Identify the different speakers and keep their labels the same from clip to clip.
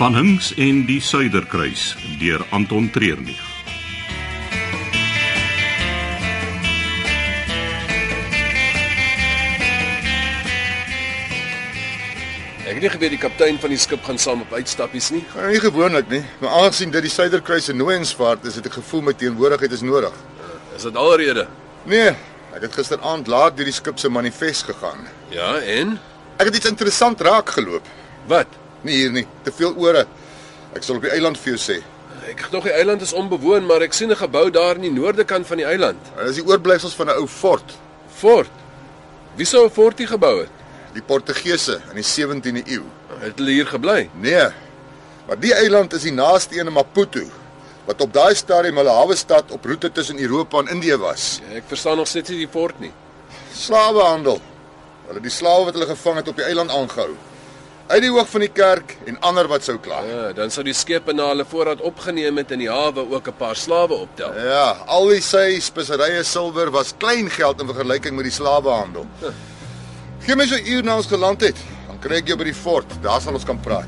Speaker 1: Van Hinks en die Suiderkruis deur Anton Treurnig.
Speaker 2: Ek het nie geweet die kaptein van die skip gaan saam op uitstappies nie.
Speaker 3: Nou, nie gewoonlik nie, maar aangesien dit die Suiderkruis se nooiensvaart is, het ek gevoel my teenwoordigheid is nodig.
Speaker 2: Is dit alrede?
Speaker 3: Nee, ek het gisteraand laat deur die skip se manifest gegaan.
Speaker 2: Ja, en
Speaker 3: Ek het iets interessant raak geloop.
Speaker 2: wat?
Speaker 3: Nie hier nie, te veel ore. Ek sal op die eiland vir jou sê.
Speaker 2: Ek gedog die eiland is onbewoon, maar ek sien 'n gebou daar in die noorde kant van die eiland.
Speaker 3: Dit is die oorblyfsels van 'n ou fort,
Speaker 2: Fort. Wie sou 'n fort hier gebou het?
Speaker 3: die Portugese in die 17de eeu.
Speaker 2: Het hulle hier gebly?
Speaker 3: Nee. Maar die eiland is die naaste een in Maputo wat op daai stadium hulle hawe stad op roete tussen Europa en Indië was.
Speaker 2: Ek verstaan nog steeds nie die fort nie.
Speaker 3: Slawehandel. Hulle het die slawe wat hulle gevang het op die eiland aangehou. Uit die oog van die kerk en ander wat sou kla.
Speaker 2: Ja, dan sou die skepe na hulle voorraad opgeneem het in die hawe ook 'n paar slawe optel.
Speaker 3: Ja, al die sy speserye silwer was klein geld in vergelyking met die slawehandel. Geen mens so 'n uur na ons geland het, dan kry ek jou by die fort. Daar sal ons kan praat.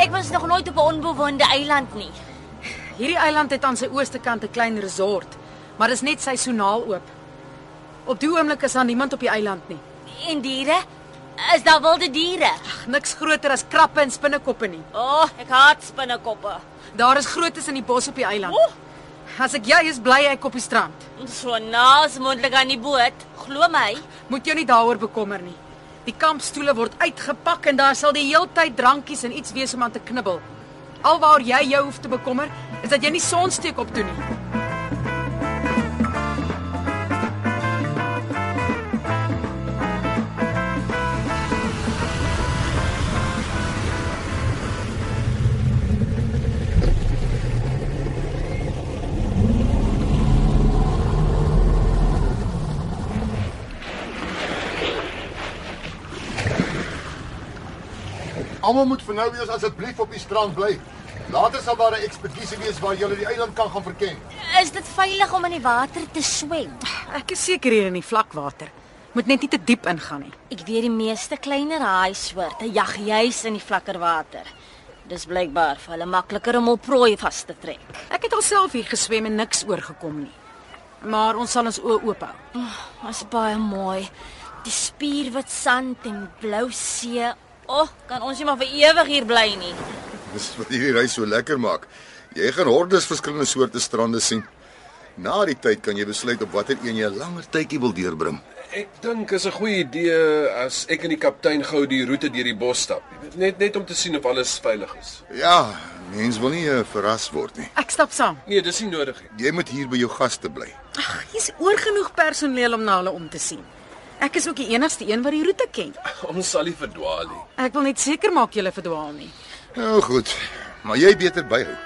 Speaker 4: Ek was nog nooit op 'n onbewoonde eiland nie.
Speaker 5: Hierdie eiland het aan sy ooste kant 'n klein resort, maar dis net seisoenaal oop. Op die oomblik is daar niemand op die eiland nie.
Speaker 4: En diere? Is daar wilde diere?
Speaker 5: Ag, Niks groter as krappe en spinnekoppe nie.
Speaker 4: O, oh, ek haat spinnekoppe.
Speaker 5: Daar is grootes in die bos op die eiland.
Speaker 4: O.
Speaker 5: As ek jy is, bly ek op die strand.
Speaker 4: So naas moontlik aan die boot, glo my.
Speaker 5: Moet jou nie daaroor bekommer nie. Die kampstoele word uitgepak en daar sal die heeltyd drankies en iets wees om aan te knibbel. Alwaar jy jou hoef te bekommer, is dat jy nie sonsteek op toe nie.
Speaker 3: Almal moet vir nou weer asseblief op die strand bly. Later sal daar 'n ekspedisie wees waar julle die eiland kan gaan verken.
Speaker 4: Is dit veilig om in die water te swem?
Speaker 5: Ek is seker hier in die vlakwater. Moet net nie te diep ingaan nie.
Speaker 4: Ek weet die meeste kleiner haaisoorte jag juis in die vlakker water. Dis blykbaar vir hulle makliker om hul prooi vas te trek.
Speaker 5: Ek het alself hier geswem en niks oorgekom nie. Maar ons sal ons oë oop hou.
Speaker 4: Oh, Was baie mooi. Die spierwit sand en blou see. O, oh, kan ons nie maar vir ewig hier bly nie.
Speaker 3: Dis wat hierdie reis so lekker maak. Jy gaan hordes verskillende soorte strande sien. Na die tyd kan jy besluit op watter een jy 'n langer tydjie wil deurbring.
Speaker 2: Eh, Ek dink is 'n goeie idee as ek en die kaptein gou die roete deur die bos stap. Net net om te sien of alles veilig is.
Speaker 3: Ja, mens wil nie uh, verras word nie.
Speaker 5: Ek stap saam.
Speaker 2: Nee, dis nie nodig nie.
Speaker 3: Jy moet hier by jou gaste bly.
Speaker 5: Ag, hier's oorgenoeg personeel om na hulle om te sien. Ek is ook die enigste een wat die roete ken.
Speaker 2: Ons sal nie verdwaal nie.
Speaker 5: Ek wil net seker maak julle verdwaal nie.
Speaker 3: Nou goed, maar jy beter byhou.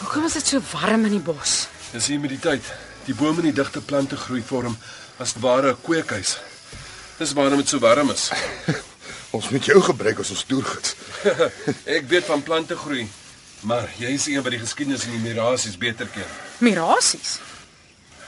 Speaker 5: Hoekom is dit so warm in die bos?
Speaker 2: Dis humiditeit. Die bome en die digte plante groei vorm as het ware 'n kweekhuis. Dis waarom dit so warm is.
Speaker 3: Ons moet jou gebruik as ons toergids.
Speaker 2: Ek weet van plante groei, maar jy is een wat die geskiedenis en die mirasies beter ken.
Speaker 5: Mirasies.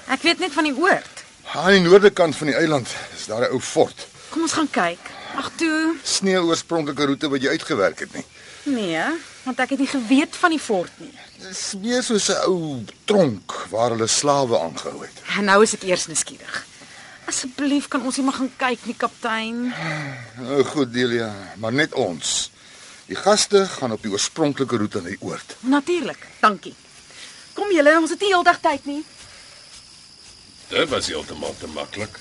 Speaker 5: Ek weet net van die oord.
Speaker 3: Aan die noordekant van die eiland is daar 'n ou fort.
Speaker 5: Kom ons gaan kyk. Ag toe.
Speaker 3: Sneeu oorspronklike roete wat jy uitgewerk het nie.
Speaker 5: Nee, want ek het nie geweet van die fort nie.
Speaker 3: Dis meer soos 'n ou tronk waar hulle slawe aangehou het.
Speaker 5: En nou is ek eers nuuskierig. Asseblief kan ons nie maar gaan kyk nie, kaptein.
Speaker 3: Nou goed, Delia, maar net ons. Die gaste gaan op die oorspronklike roete na die oord.
Speaker 5: Natuurlik. Dankie. Kom julle, ons het nie heeldag tyd nie.
Speaker 2: Dit was heeltemal te maklik.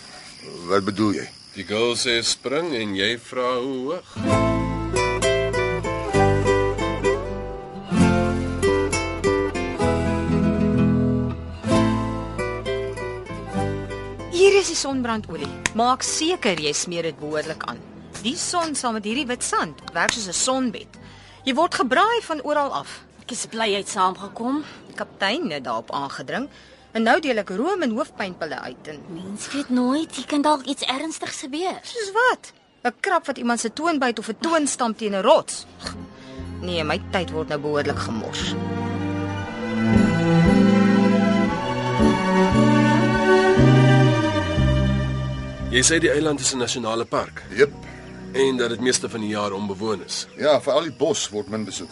Speaker 3: Wat bedoel jy?
Speaker 2: Die girl sê spring en jy vra hoe hoog.
Speaker 6: Hier is die sonbrandolie. Maak seker jy smeer dit behoorlik aan. Die son saam met hierdie wit sand werk soos 'n sonbed. Jy word gebraai van oral af.
Speaker 4: Ek is bly jy het saamgekom.
Speaker 6: Die Kaptein het daarop aangedring en nou deel ek room en hoofpynpille uit en
Speaker 4: Mens weet nooit, hier kan dalk iets ernstigs gebeur.
Speaker 6: soos wat? 'n Krap wat iemand se toon byt of 'n toon stamp teen 'n rots. G- Nee, my tyd word nou behoorlik gemors.
Speaker 2: Jy sê die eiland is 'n nasionale park
Speaker 3: Jep.
Speaker 2: en dat dit meeste van die jaar onbewoon is.
Speaker 3: Ja, veral die bos word min besoek.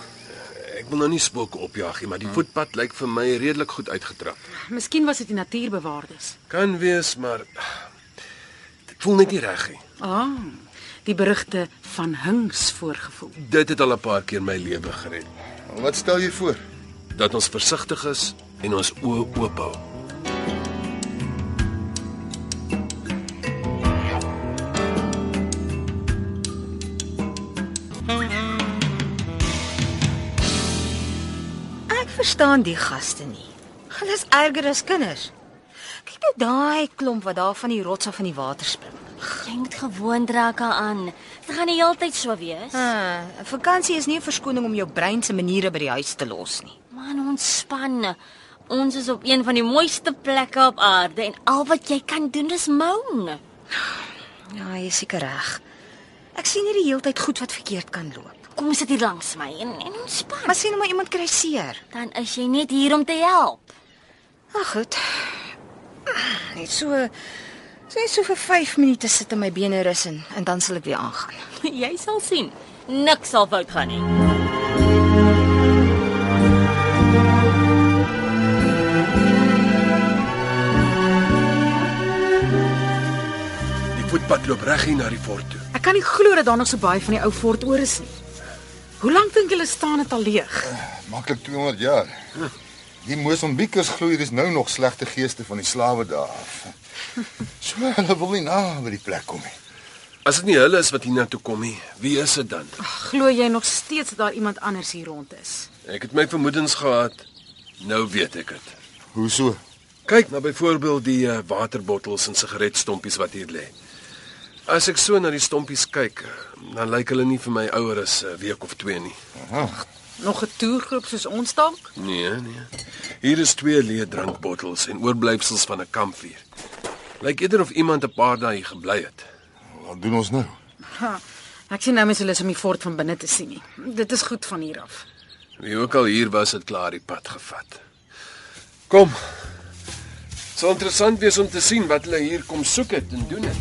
Speaker 2: Ek wil nou nie spooke opjaag nie, maar die voetpad lyk vir my redelik goed uitgetrap.
Speaker 5: Miskien was dit die natuurbewaarders.
Speaker 2: Kan wees, maar dit voel net nie reg nie.
Speaker 5: Ah, die berigte van Hings voorgevoel.
Speaker 2: Dit het al 'n paar keer my lewe gered.
Speaker 3: Wat stel jy voor?
Speaker 2: Dat ons versigtig is en ons oë oop hou.
Speaker 6: Ek verstaan die gaste nie. Hulle is erger as kinders. Kyk nou daai klomp wat daar van die rots af van die water spring.
Speaker 4: Jy moet gewoond raak daaraan. Dit gaan die hele tyd so wees.
Speaker 6: Ah, 'n vakansie is nie 'n verskoning om jou brein se maniere by die huis te los nie.
Speaker 4: Man, ontspan. Ons is op een van die mooiste plekke op aarde en al wat jy kan doen is moan.
Speaker 6: Ja, jy is seker reg. Ek sien hierdie heeltyd goed wat verkeerd kan loop.
Speaker 4: Kom sit hier langs my en, en ontspan.
Speaker 6: Maar sien hoe maar iemand kry seer.
Speaker 4: Dan is jy net hier om te help.
Speaker 6: Ag goed. Net so so net so vir 5 minute sit en my bene rus en, en dan sal ek weer aangaan.
Speaker 4: Jy sal sien. Niks sal fout gaan nie.
Speaker 2: Die voetpad loop reg hier na die fort toe.
Speaker 5: Ek kan nie glo dat daar nog so baie van die ou fort oor is nie. Hoe lank dink julle staan dit al leeg?
Speaker 3: Maklik 200 jaar. Die Mosambiekers glo hier is nou nog slegte geeste van die slawe daar af. So hulle wil nie na by die plek kom nie.
Speaker 2: As dit nie hulle is wat hiernatoe kom nie, wie is dit dan?
Speaker 5: Glo jy nog steeds dat daar iemand anders hier rond is?
Speaker 2: Ek het my vermoedens gehad. Nou weet ek dit.
Speaker 3: Hoe so?
Speaker 2: Kyk na byvoorbeeld die eh, waterbottels en sigaretstompies wat hier lê. As ek so na die stompies kyk, dan lyk hulle nie vir my ouer as 'n week of 2 nie.
Speaker 5: Nog 'n toergroep soos ons dalk?
Speaker 2: Nee, nee. Hier is twee leë drankbottels en oorblyfsels van 'n kampvuur. Lyk eerder of iemand 'n paar dae hier gebly het.
Speaker 3: Wat doen ons nou?
Speaker 5: Ha, ek sien nou mens hulle is om die fort van binne te sien nie. Dit is goed van hier af.
Speaker 2: Wie ook al hier was, het klaar die pad gevat. Kom. Dit sal interessant wees om te sien wat hulle hier kom soek het en doen het.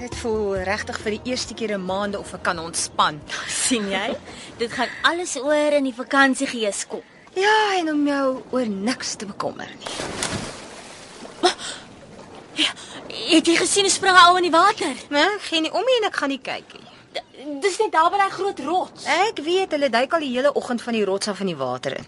Speaker 6: Dit voel regtig vir die eerste keer in maande of ek kan ontspan.
Speaker 4: sien jy? Dit gaan alles oor in die vakansiegees kom.
Speaker 6: Ja, en om jou oor niks te bekommer nie.
Speaker 4: Het jy gesien hoe spring 'n ou in die water?
Speaker 6: Maar ek gee Nee, nie om nie en ek gaan nie kyk nie.
Speaker 4: D dis net daar by daai groot rots.
Speaker 6: Ek weet hulle duik al die hele oggend van die rots af in die water in.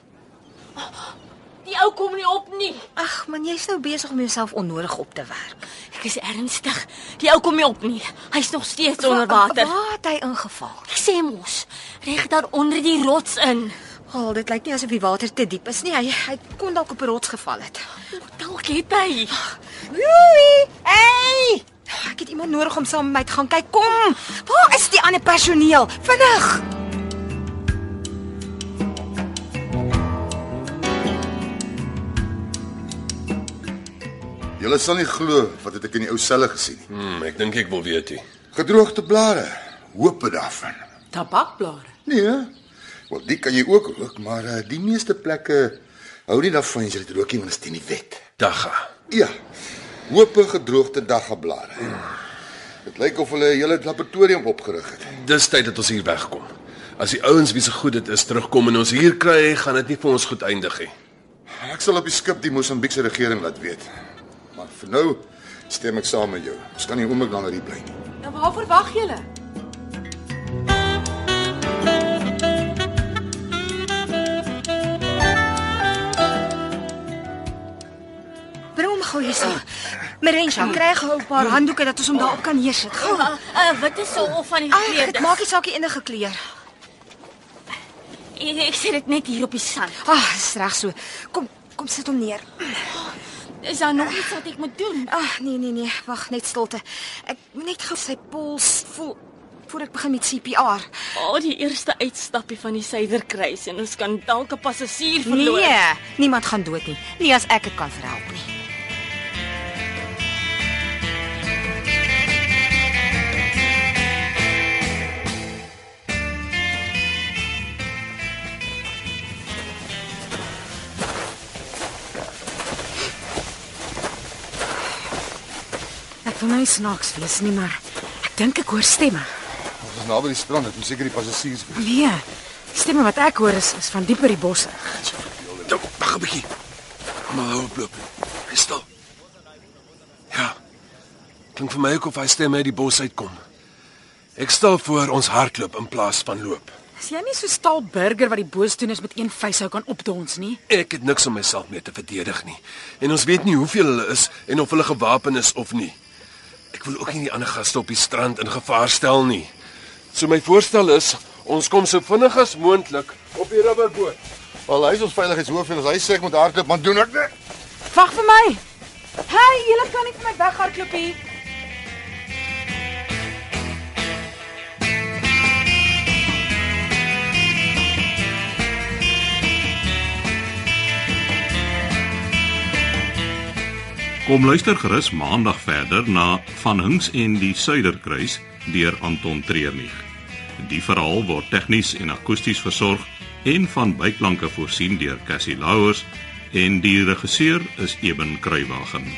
Speaker 4: Die ou kom nie op nie.
Speaker 6: Ag man, jy's nou besig om jouself onnodig op te werk.
Speaker 4: Ek is ernstig. Die ou kom nie op nie. Hy's nog steeds onder water.
Speaker 6: Waar het hy ingeval?
Speaker 4: Ek sê mos, reg daar onder die rots in.
Speaker 6: Al, oh, dit lyk nie asof die water te diep is nie. Hy hy kon dalk op 'n rots geval het.
Speaker 4: Dalk het hy.
Speaker 6: Joey! Hey! Ek het iemand nodig om saam met my te gaan kyk. Kom. Waar is die ander personeel? Vinnig.
Speaker 3: Julle sal nie glo wat het ek in die ou selle gesien nie.
Speaker 2: Hmm, ek dink ek wil weet nie.
Speaker 3: Gedroogde blare, hoop het daarvan.
Speaker 5: Tabakblare.
Speaker 3: Nee. Wel, die kan jy ook rook, maar uh, die meeste plekke hou nie daarvan as jy dit rook nie want dit is teen die wet.
Speaker 2: Dagga.
Speaker 3: Ja. Hoope gedroogde daggeblare. Dit lyk of hulle 'n hele laboratorium opgerig het.
Speaker 2: Dis tyd dat ons hier wegkom. As die ouens wie se goed dit is terugkom en ons hier kry, gaan dit nie vir ons goed eindig nie.
Speaker 3: Ek sal op die skip die Mosambiekse regering laat weet. Maar vir nou stem ek saam met jou. Ons kan nie oomblik langer hier bly nie.
Speaker 5: Nou waarvoor wag julle?
Speaker 6: Bring hom gou hier saam. Merensha, kry gou 'n paar handdoeke dat ons hom daarop kan neersit. Gou.
Speaker 4: Uh, uh, wat is so of van die
Speaker 6: Ag,
Speaker 4: kleed?
Speaker 6: dit maak nie saak die enige kleur.
Speaker 4: Ek, ek sê dit net hier op die sand.
Speaker 6: Ag, Ah, dis reg so. Kom, kom sit hom neer. Ah,
Speaker 4: Is daar nog iets wat ek moet doen?
Speaker 6: Ag, nee nee nee, wag net stilte. Ek moet net gou sy pols voel. voor ek begin met CPR.
Speaker 4: Al oh, die eerste uitstappie van die Suiderkruis en ons kan dalk 'n passasier verloor.
Speaker 6: Nee, niemand gaan dood nie. Nie as ek dit kan verhelp nie. Ek wil nou nie snaaks wees nie, maar ek dink ek hoor stemme.
Speaker 3: Ons is naby die strand, dit moet seker die passasiers wees.
Speaker 6: Nee. Die stemme wat ek hoor is, is van dieper die bosse.
Speaker 2: Nou, wag 'n bietjie. Almal hou oploop. Hy stil. Ja. Klink vir my ook of hy stem uit die bos uitkom. Ek stel voor ons hardloop in plaas van loop.
Speaker 5: Is jy nie so staal burger wat die boosdoeners met een vuis hou kan opdons nie?
Speaker 2: Ek het niks om myself mee te verdedig nie. En ons weet nie hoeveel hulle is en of hulle gewapen is of nie. Ek wil ook nie die ander gaste op die strand in gevaar stel nie. So my voorstel is, ons kom so vinnig as moontlik op die rubberboot.
Speaker 3: Al hy is ons veiligheidshoof en as hy sê ek moet hardloop, maar doen ek dit.
Speaker 5: Wag vir my. Hey, julle kan nie vir my weghardloop hier.
Speaker 1: Kom luister gerus maandag verder na Van Hinks en die Suiderkruis deur Anton Treurnig. Die verhaal word tegnies en akoesties versorg en van byklanke voorsien deur Cassie Louws en die regisseur is Eben Kruiwagen.